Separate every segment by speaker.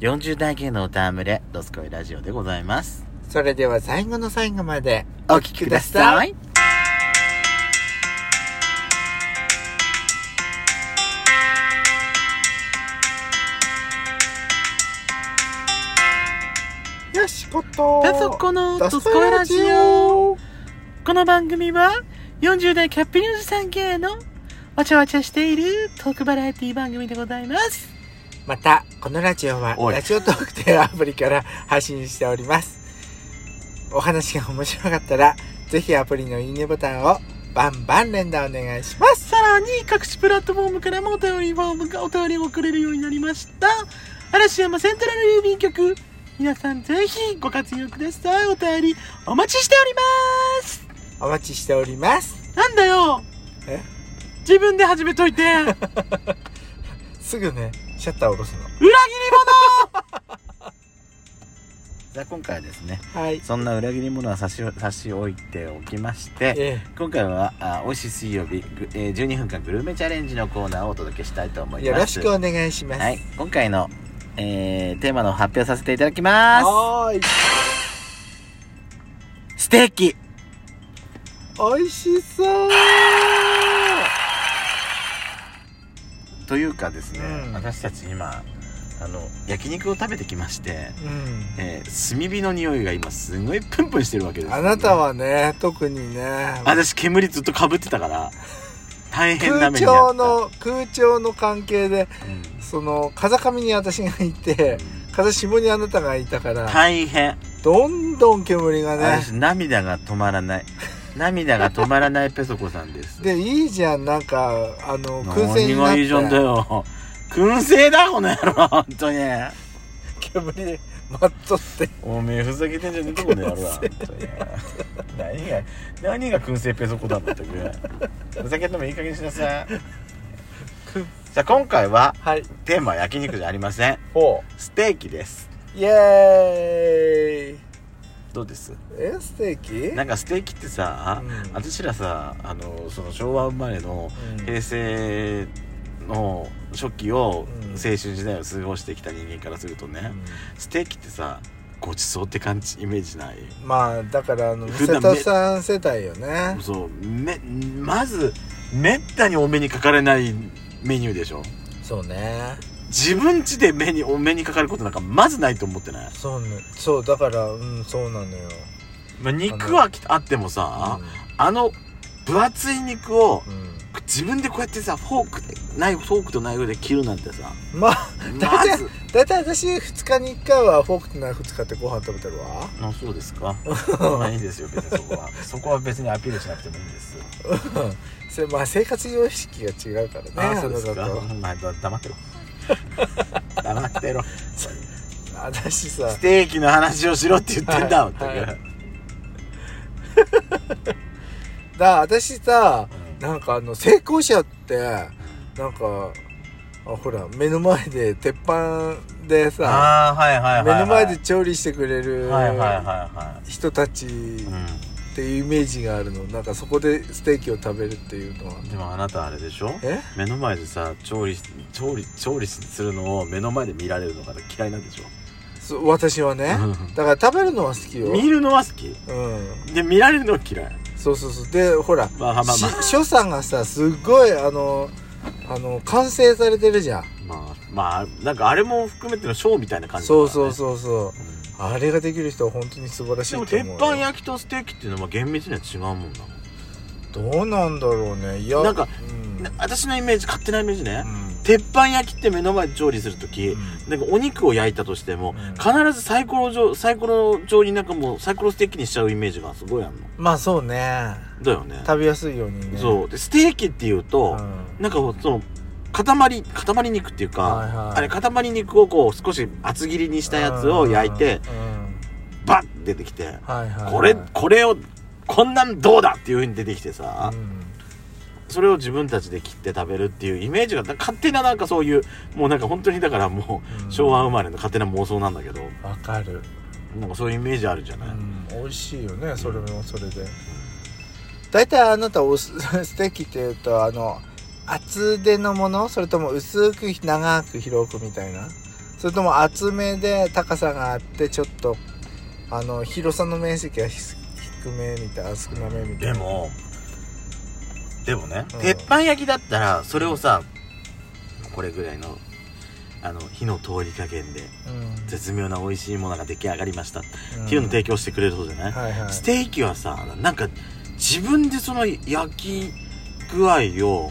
Speaker 1: 40代芸の歌群れ、ドスコイラジオでございます。
Speaker 2: それでは最後の最後まで
Speaker 1: お聞きください。
Speaker 2: よしこと
Speaker 1: ペソコのドスコイラジオ。この番組は、40代キャッピリおじさん芸の、わちゃわちゃしているトークバラエティ番組でございます。
Speaker 2: またこのラジオは
Speaker 1: おい
Speaker 2: ラジオトークというアプリから配信しておりますお話が面白かったらぜひアプリのいいねボタンをバンバン連打お願いします
Speaker 1: さらに各種プラットフォームからもお便りフォームがお便りを送れるようになりました嵐山セントラル郵便局皆さんぜひご活用くださいお便りお待ちしております
Speaker 2: お待ちしております
Speaker 1: なんだよ
Speaker 2: え
Speaker 1: 自分で始めといて裏切り
Speaker 2: すぐねシャッター下ろすの
Speaker 1: 者 じゃあ今回はですね
Speaker 2: はい
Speaker 1: そんな裏切り者は差し差し置いておきまして
Speaker 2: え
Speaker 1: 今回はあ美味しい水曜日、ぐえー12分間グルメチャレンジのコーナーをお届けしたいと思
Speaker 2: え
Speaker 1: います
Speaker 2: よろしくお願いします
Speaker 1: はい、今回の、えー、テーマの発表させていただきま
Speaker 2: はーい
Speaker 1: す。ステーキ。
Speaker 2: 美味しそう
Speaker 1: というかですね、
Speaker 2: うん
Speaker 1: 私たち今、あの、焼肉を食べてきまして、
Speaker 2: うん
Speaker 1: えー、炭火の匂いが今すごいプンプンしてるわけです、
Speaker 2: あなた、はね特にね
Speaker 1: 私煙ずっと被ってたから、大変な
Speaker 2: 空
Speaker 1: 目にあ
Speaker 2: 調
Speaker 1: った。
Speaker 2: の空調の関係で
Speaker 1: うん
Speaker 2: その風上に私がいて風下にあなたがいたから
Speaker 1: 大変。
Speaker 2: どんどん煙がね
Speaker 1: 私涙が止まらない。涙が止まらないペソコさんです。
Speaker 2: でいいじゃんなんかあの燻製
Speaker 1: 何
Speaker 2: にな
Speaker 1: がいいじゃん
Speaker 2: っ
Speaker 1: だ
Speaker 2: て
Speaker 1: よ。燻製だ、この野郎、本当に。
Speaker 2: 煙でまっとって
Speaker 1: おめえふざけてんじゃねえとこの野郎だ何が何が燻製ペソコだってくふざけてもいい加減にしなさいじゃあ今回は
Speaker 2: はい
Speaker 1: テーマは焼肉じゃありません
Speaker 2: ほ
Speaker 1: ステーキです
Speaker 2: うイエーイ
Speaker 1: どうです
Speaker 2: えステーキ
Speaker 1: なんかステーキってさ、
Speaker 2: うん
Speaker 1: 私らさあのその昭和生まれの
Speaker 2: うん
Speaker 1: 平成の初期を
Speaker 2: うん
Speaker 1: 青春時代を過ごしてきた人間からするとね、ステーキってさごちそうって感じイメージない
Speaker 2: まあだからあの
Speaker 1: 普
Speaker 2: 瀬
Speaker 1: 段
Speaker 2: 戸さん世代よね
Speaker 1: そうめまずめったにお目にかかれないメニューでしょ
Speaker 2: そうね
Speaker 1: 自分家で目にお目にかかることなんかまずないと思ってない、
Speaker 2: そうねそうだからうんそうなのよ
Speaker 1: まあ、肉はきあってもさ、あの分厚い肉を
Speaker 2: うんうん
Speaker 1: 自分でこうやってさフォークでナイフフォークとナイフで切るなんてさ
Speaker 2: まあ
Speaker 1: まず
Speaker 2: 大体私2日に1回はフォークとナイフ使ってご飯食べてるわ
Speaker 1: あそうです かまあいいですよ別にそこはそこは別にアピールしなくてもいいんです
Speaker 2: それまあ生活様式が違うからね
Speaker 1: あそうです
Speaker 2: あな
Speaker 1: か
Speaker 2: たと
Speaker 1: まあだ黙 ってろ黙ってろ
Speaker 2: 私さ
Speaker 1: ステーキの話をしろって言ってんだ、
Speaker 2: はい
Speaker 1: 全く
Speaker 2: はいだ私さなんかあの成功者ってなんかあほら目の前で鉄板でさ
Speaker 1: ああはいはいはい、
Speaker 2: 目
Speaker 1: はい、
Speaker 2: の前で調理してくれる
Speaker 1: はいはいはいは
Speaker 2: 人たちっ
Speaker 1: い、う
Speaker 2: ていうイメージがあるのなんかそこでステーキを食べるっていうのは
Speaker 1: ん、でもあなたあれでしょ
Speaker 2: え
Speaker 1: 目の前でさ調理し調理調理するのを目の前で見られるのが嫌いなんでしょ
Speaker 2: そう私はねだから食べるのは好きよ
Speaker 1: 見るのは好き
Speaker 2: うん
Speaker 1: で見られるのは嫌い
Speaker 2: そうそうそうでほら
Speaker 1: まあまあまあ
Speaker 2: し所さんがさすっごいあのあの完成されてるじゃん、
Speaker 1: まあまあなんかあれも含めてのショーみたいな感じだから
Speaker 2: そ
Speaker 1: ね、
Speaker 2: うそうそうそう
Speaker 1: うん、
Speaker 2: あれができる人は本当に素晴らし
Speaker 1: で
Speaker 2: いと
Speaker 1: も
Speaker 2: 思う
Speaker 1: 鉄
Speaker 2: よ
Speaker 1: 板焼きとステーキっていうのは厳密には違うもんなの
Speaker 2: どうなんだろうねいや
Speaker 1: なんか
Speaker 2: うん
Speaker 1: な私のイメージ勝手なイメージね、
Speaker 2: うん
Speaker 1: 鉄板焼きって目の前で調理するとき、
Speaker 2: うん
Speaker 1: なんかお肉を焼いたとしても、
Speaker 2: うん
Speaker 1: 必ずサイコロ状サイコロ状になんかもうサイコロステーキにしちゃうイメージがすごいあるの
Speaker 2: まあそうね
Speaker 1: だよね
Speaker 2: 食べやすいようにね
Speaker 1: そうでステーキっていう
Speaker 2: う
Speaker 1: と、
Speaker 2: ん
Speaker 1: なんかその塊塊肉っていうか、
Speaker 2: はいはい
Speaker 1: あれ塊肉をこう少し厚切りにしたやつを焼いて、
Speaker 2: うんうん
Speaker 1: バッて出てきて、
Speaker 2: はいはいはい
Speaker 1: これこれをこんなんどうだっていうふうに出てきてさ、
Speaker 2: うん
Speaker 1: それを自分たちで切って食べるっていうイメージがだ勝手ななんかそういうもうなんか本当にだからもう、
Speaker 2: うん
Speaker 1: 昭和生まれの勝手な妄想なんだけど
Speaker 2: わかる、
Speaker 1: なんかそういうイメージあるじゃない、
Speaker 2: うん、美味しいよねそれもそれで大体あなたおす ステーキっていうとあの厚手のものそれとも薄く長く広くみたいなそれとも厚めで高さがあってちょっとあの広さの面積がひ低めみたいな少なめみた
Speaker 1: で
Speaker 2: いな
Speaker 1: もでもね、
Speaker 2: うん
Speaker 1: 鉄板焼きだったらそれをさこれぐらいのあの火の通り加減で
Speaker 2: う
Speaker 1: 絶妙な美味しいものが出来上がりましたって
Speaker 2: ん
Speaker 1: いうのを提供してくれるそうじゃない、
Speaker 2: はいはい
Speaker 1: ステーキはさなんか自分でその焼き具合を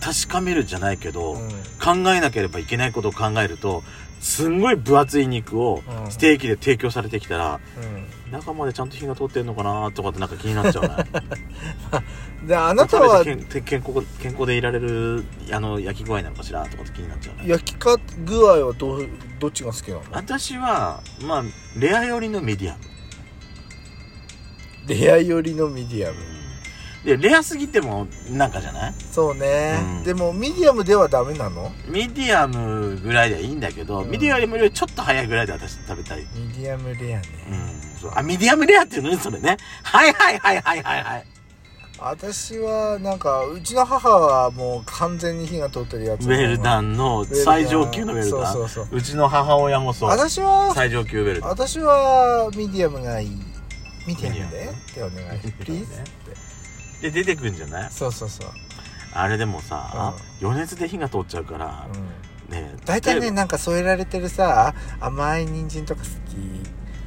Speaker 1: 確かめるじゃないけど、
Speaker 2: うんうん
Speaker 1: 考えなければいけないことを考えるとすんごい分厚い肉を
Speaker 2: うん
Speaker 1: ステーキで提供されてきたら、
Speaker 2: うん
Speaker 1: 中までちゃんと火が通ってんのかなとかってなんか気になっちゃう ね
Speaker 2: であなたは
Speaker 1: 食べて健健康健康でいられるあの焼き具合なのかしらとかって気になっちゃうね
Speaker 2: 焼きか具合はどうどっちが好きなの
Speaker 1: 私はまあレア寄りのメディアム
Speaker 2: レア寄りのミディアム
Speaker 1: でレアすぎてもなんかじゃない
Speaker 2: そうね、
Speaker 1: うん
Speaker 2: でもミディアムではダメなの
Speaker 1: ミディアムぐらいではいいんだけど、
Speaker 2: うん
Speaker 1: ミディアムよりちょっと早いぐらいで私食べたい、うん
Speaker 2: ミディアムレアね、
Speaker 1: そうあミディアムレアっていうのねそれねはいはいはいはいはいはい
Speaker 2: 私はなんかうちの母はもう完全に火が通ってるやつ
Speaker 1: ウェルダンの
Speaker 2: ウェルダン
Speaker 1: 最上級のウェルダン
Speaker 2: そうそうそう
Speaker 1: ちの母親もそう
Speaker 2: 私は
Speaker 1: 最上級ウェルダン
Speaker 2: 私はミディアムがいいミディアム
Speaker 1: ミ
Speaker 2: で
Speaker 1: ディアム
Speaker 2: ってお願い
Speaker 1: ミディアムね
Speaker 2: プリーズって
Speaker 1: で出てくんじゃない
Speaker 2: そうそうそう、
Speaker 1: あれでもさ、余熱で火が通っちゃうから、
Speaker 2: うん、
Speaker 1: ね
Speaker 2: 大体
Speaker 1: 例
Speaker 2: ね
Speaker 1: えば
Speaker 2: なんか添えられてるさ甘い人参とか好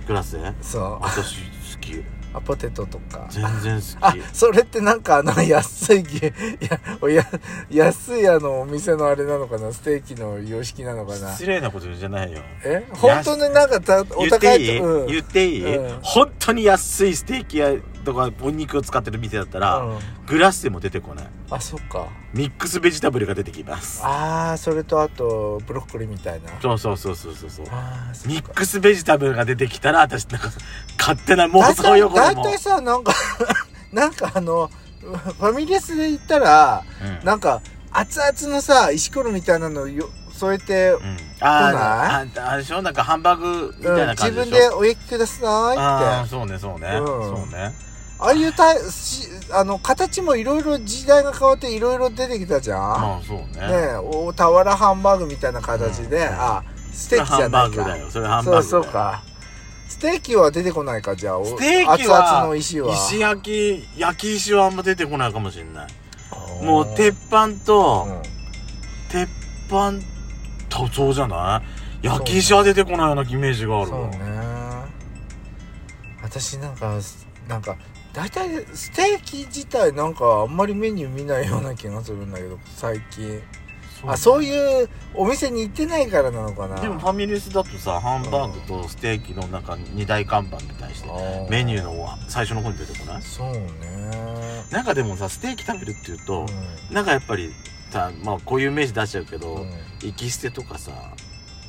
Speaker 1: グラスで
Speaker 2: きそう
Speaker 1: 私好 き
Speaker 2: あポテトとか
Speaker 1: 全然好
Speaker 2: あ
Speaker 1: き
Speaker 2: それってなんかあの安いぎいやおや安いあのお店のあれなのかなステーキの様式なのかな
Speaker 1: 失礼なこと言うんじゃないよ
Speaker 2: え本当になんかたお
Speaker 1: 言って
Speaker 2: 高い
Speaker 1: いい、
Speaker 2: うん
Speaker 1: 言っていい、
Speaker 2: うん
Speaker 1: 本当に安いステーキやとかお肉を使ってる店だったら、
Speaker 2: うん
Speaker 1: グラスでも出てこない
Speaker 2: あそっか
Speaker 1: ミックスベジタブルが出てきます
Speaker 2: ああそれとあとブロッコリーみたいな
Speaker 1: そうそうそうそうそうそう
Speaker 2: あーそ
Speaker 1: ミ
Speaker 2: っ
Speaker 1: ッ
Speaker 2: か
Speaker 1: クスベジタブルが出てきたら私なんか勝手な妄想
Speaker 2: 大
Speaker 1: よこれ
Speaker 2: 体
Speaker 1: も
Speaker 2: 大体さなんか なんかあのファミレスで行ったら
Speaker 1: うん
Speaker 2: なんか熱々のさ石ころみたいなのよ添えて、
Speaker 1: うんあーああれでしょなんかハンバーグみ
Speaker 2: うん
Speaker 1: たいな
Speaker 2: 自
Speaker 1: 感じでしょ
Speaker 2: 分でお焼きくださいって
Speaker 1: ああそうねそうね、
Speaker 2: うん
Speaker 1: そうね
Speaker 2: ああいうタイしあの形もいろいろ時代が変わっていろいろ出てきたじゃん、
Speaker 1: まあそうね
Speaker 2: ねえお俵ハンバーグみたいな形で、
Speaker 1: うん
Speaker 2: あス
Speaker 1: それ
Speaker 2: テーキじ
Speaker 1: ハ
Speaker 2: ゃ
Speaker 1: ンバ
Speaker 2: な
Speaker 1: ー
Speaker 2: い
Speaker 1: グ
Speaker 2: か
Speaker 1: だよそれハンバーグ
Speaker 2: そ
Speaker 1: だよ
Speaker 2: うそうかステーキは出てこないかじゃあお
Speaker 1: ステーキは
Speaker 2: 熱々の石は
Speaker 1: 石焼き焼き石はあんま出てこないかもしれないも
Speaker 2: も
Speaker 1: う鉄板と、
Speaker 2: うん
Speaker 1: 鉄板塗装じゃない焼き石は出てこないようなイメージがある
Speaker 2: そう
Speaker 1: わ
Speaker 2: ね私なんかなんか大体ステーキ自体なんかあんまりメニュー見ないような気がするんだけど最近あそういうお店に行ってないからなのかな
Speaker 1: でもファミレスだとさハンバーグとステーキのなんか2大看板に対してメニュー
Speaker 2: ー
Speaker 1: の最初の方に出てこない
Speaker 2: そうね
Speaker 1: なんかでもさステーキ食べるっていう
Speaker 2: う
Speaker 1: と
Speaker 2: ん、
Speaker 1: なんかやっぱりさまあこういうイメージ出しちゃうけど、
Speaker 2: うん
Speaker 1: 行き捨てとかさ、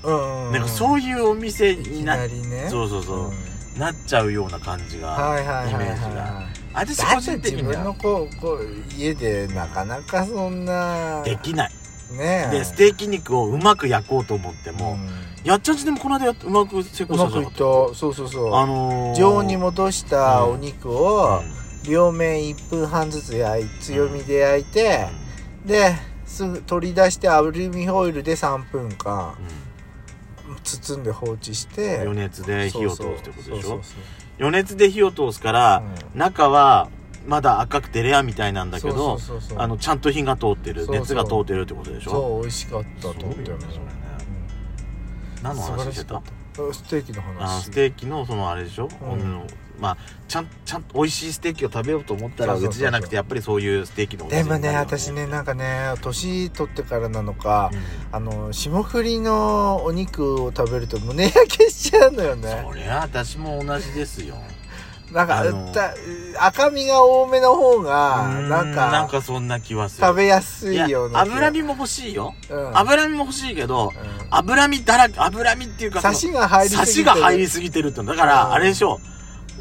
Speaker 2: うんうん
Speaker 1: なんかそう
Speaker 2: い
Speaker 1: いうお店
Speaker 2: い
Speaker 1: に
Speaker 2: き
Speaker 1: な
Speaker 2: なりね
Speaker 1: そうそうそう、
Speaker 2: ん
Speaker 1: なっちゃうような感じが、
Speaker 2: はいはいはい
Speaker 1: イメージ
Speaker 2: は
Speaker 1: が
Speaker 2: い
Speaker 1: 私
Speaker 2: だ
Speaker 1: 個
Speaker 2: って
Speaker 1: 人的
Speaker 2: 自
Speaker 1: に
Speaker 2: 分の
Speaker 1: は
Speaker 2: こうこう家でなかなかそんな
Speaker 1: できない、
Speaker 2: ねえ
Speaker 1: でステーキ肉をうまく焼こうと思っても、
Speaker 2: う
Speaker 1: やっちゃんちでもこの間やっうまく成功
Speaker 2: んう
Speaker 1: した
Speaker 2: ま
Speaker 1: じゃ
Speaker 2: くい
Speaker 1: なかっ
Speaker 2: った
Speaker 1: た
Speaker 2: そうそうそう
Speaker 1: あのー、
Speaker 2: 常温に戻したお肉
Speaker 1: う
Speaker 2: を
Speaker 1: ん
Speaker 2: 両面1分半ずつ焼い強火で焼いてですぐ取り出してアルミホイルで3分間包んで放置して
Speaker 1: 余熱で火を通すってことでし
Speaker 2: そ
Speaker 1: ょ
Speaker 2: うそう
Speaker 1: 余熱で火を通すから、中はまだ赤くてレアみたいなんだけど
Speaker 2: そうそうそうそう
Speaker 1: あのちゃんと火が通ってる
Speaker 2: そうそう
Speaker 1: 熱が通ってるってことでしょ
Speaker 2: そう美味しかったと思っ
Speaker 1: すごい
Speaker 2: た
Speaker 1: よ
Speaker 2: よ
Speaker 1: ね
Speaker 2: ね
Speaker 1: それね
Speaker 2: うん
Speaker 1: 何の
Speaker 2: 素晴
Speaker 1: 話
Speaker 2: ら
Speaker 1: して
Speaker 2: しか
Speaker 1: た
Speaker 2: ったあステーキの
Speaker 1: あの
Speaker 2: 話
Speaker 1: ステーキのそのあれでしょ、
Speaker 2: うん
Speaker 1: あのまあちゃんちゃんと美味しいステーキを食べようと思ったら
Speaker 2: そ
Speaker 1: う
Speaker 2: うそうそうそう
Speaker 1: ちじゃなくてやっぱりそういうステーキのお店
Speaker 2: で
Speaker 1: にな
Speaker 2: も
Speaker 1: るよ
Speaker 2: ね私ねなんかね年取ってからなのか
Speaker 1: うん
Speaker 2: あの霜降りのお肉を食べると胸焼けしちゃうのよね
Speaker 1: そりゃ私も同じですよ
Speaker 2: なんか
Speaker 1: あの
Speaker 2: た赤身が多めの方が
Speaker 1: うー
Speaker 2: なんか
Speaker 1: なんかそんな気はする
Speaker 2: 食べやすいよう
Speaker 1: い
Speaker 2: な
Speaker 1: や
Speaker 2: 気が
Speaker 1: 脂身も欲しいよ、
Speaker 2: うん
Speaker 1: 脂身も欲しいけど
Speaker 2: うん
Speaker 1: 脂身だらけ脂身っていうかそ
Speaker 2: サ
Speaker 1: の
Speaker 2: シが入りすぎ
Speaker 1: サ
Speaker 2: て
Speaker 1: シが入りすぎてるってだから、
Speaker 2: うん
Speaker 1: あれでしょ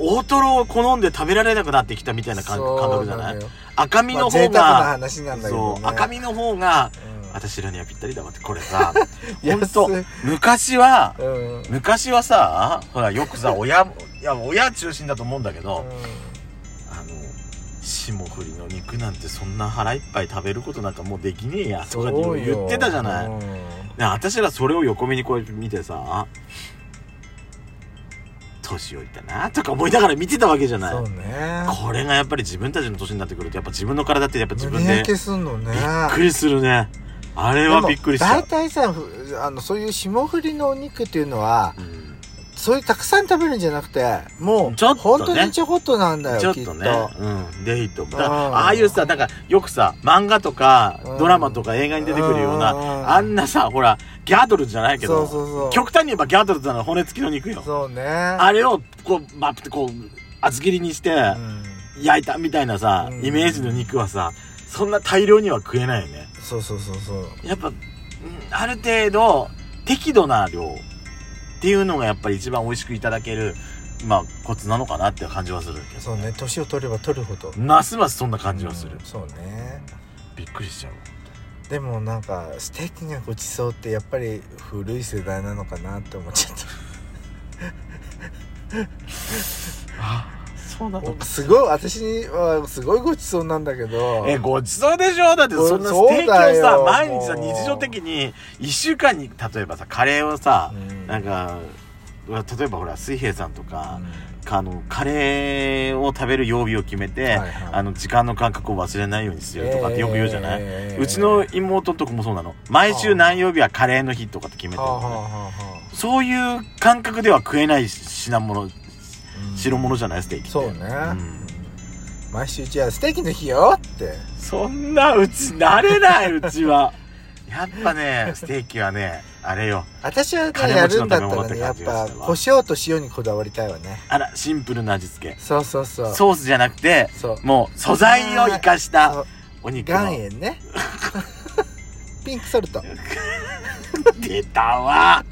Speaker 1: 大トロを好んで食べられなくなってきたみたいな感感覚じゃない
Speaker 2: そうのよ
Speaker 1: 赤身
Speaker 2: ま
Speaker 1: の
Speaker 2: あ贅
Speaker 1: 方
Speaker 2: 沢な
Speaker 1: が、
Speaker 2: 話なんだけど
Speaker 1: そ
Speaker 2: ね
Speaker 1: う赤身の方が
Speaker 2: うん
Speaker 1: 私らにはぴったりだわってこれさ
Speaker 2: 安い
Speaker 1: 本当昔は
Speaker 2: うん
Speaker 1: 昔はさほらよく さ親いや親中心だと思うんだけど、あの霜降りの肉なんてそんな腹いっぱい食べることなんかもうできねえやとかって言ってたじゃない、
Speaker 2: うん
Speaker 1: な私らそれを横目にこうやって見てさあ年老いたなとか思いながら見てたわけじゃない
Speaker 2: そうね
Speaker 1: これがやっぱり自分たちの年になってくるとやっぱ自分の体ってやっぱ自分
Speaker 2: 胸
Speaker 1: で
Speaker 2: 焼
Speaker 1: びっ
Speaker 2: けすんのね
Speaker 1: くりするねあれはびっくりし
Speaker 2: で
Speaker 1: た
Speaker 2: も大体さふあのそういう霜降りのお肉っていうのは
Speaker 1: うん
Speaker 2: そういうたくさん食べるんじゃなくてもう
Speaker 1: ちょっとね
Speaker 2: 本当にちょこっとなんだよ
Speaker 1: ちょっ
Speaker 2: きっと
Speaker 1: とねうんでいいと思うだから
Speaker 2: うん
Speaker 1: ああいうさなんかよくさ漫画とか
Speaker 2: うん
Speaker 1: ドラマとか映画に出てくるよう
Speaker 2: うん
Speaker 1: なあんなさほらギャドルじゃないけ
Speaker 2: そ
Speaker 1: ど
Speaker 2: うそうそう
Speaker 1: 極端に言えばギャドルってのは骨付きの肉よ
Speaker 2: そうね
Speaker 1: あれをこうマップってこう厚切りにして
Speaker 2: うん
Speaker 1: 焼いたみたいなさ
Speaker 2: うん
Speaker 1: イメージの肉はさそんな大量には食えないよね
Speaker 2: そうそうそうそう
Speaker 1: やっぱうんある程度適度な量っていうのがやっぱり一番美味しくいただけるまあコツなのかなって感じはするけど
Speaker 2: そうね年を取れば取るほど
Speaker 1: ますますそんな感じはする、
Speaker 2: うんそうね
Speaker 1: びっくりしちゃう
Speaker 2: でもなんかステーキがごちそうってやっぱり古い世代なのかなって思っ ちゃっ
Speaker 1: そうな
Speaker 2: たすごい私にはすごいごちそうなんだけど
Speaker 1: えごちそうでしょだってそんな
Speaker 2: そ
Speaker 1: ス
Speaker 2: う
Speaker 1: テーキを
Speaker 2: そうだ
Speaker 1: さ
Speaker 2: よ
Speaker 1: 毎日さ
Speaker 2: もう
Speaker 1: 日常的に1週間に例えばさカレーをさ、
Speaker 2: うん
Speaker 1: なんかうわ例えばほら水平さんとか
Speaker 2: うん、
Speaker 1: かあのカレーを食べる曜日を決めて、
Speaker 2: はいはい
Speaker 1: あの時間の感覚を忘れないようにするとかってよく言うじゃない、
Speaker 2: えー
Speaker 1: うちの妹のとこもそうなの毎週何曜日はカレーの日とかって決めて
Speaker 2: は
Speaker 1: る
Speaker 2: あ
Speaker 1: のね、
Speaker 2: はあはあはあ
Speaker 1: そういう感覚では食えない品物
Speaker 2: うん
Speaker 1: 白物じゃないステーキって
Speaker 2: そうね、
Speaker 1: ん
Speaker 2: 毎週じゃあステーキの日よって
Speaker 1: そんなうち慣れないうち はやっぱねステーキはねあれよ
Speaker 2: 私はね
Speaker 1: 金
Speaker 2: や
Speaker 1: 持ち
Speaker 2: る
Speaker 1: の
Speaker 2: んだ
Speaker 1: 食
Speaker 2: っ
Speaker 1: べ
Speaker 2: た
Speaker 1: 物っ
Speaker 2: ら
Speaker 1: て
Speaker 2: ねや
Speaker 1: 感
Speaker 2: っ
Speaker 1: じが
Speaker 2: ぱ
Speaker 1: するわ
Speaker 2: 胡椒と塩にこだわりたいわね
Speaker 1: あらシンプルな味付
Speaker 2: そうそうそ
Speaker 1: け
Speaker 2: う
Speaker 1: ソースじゃなくて
Speaker 2: そう
Speaker 1: もう素材を生かしたお肉
Speaker 2: 岩
Speaker 1: の
Speaker 2: 塩ね ピンクソルト
Speaker 1: 出たわ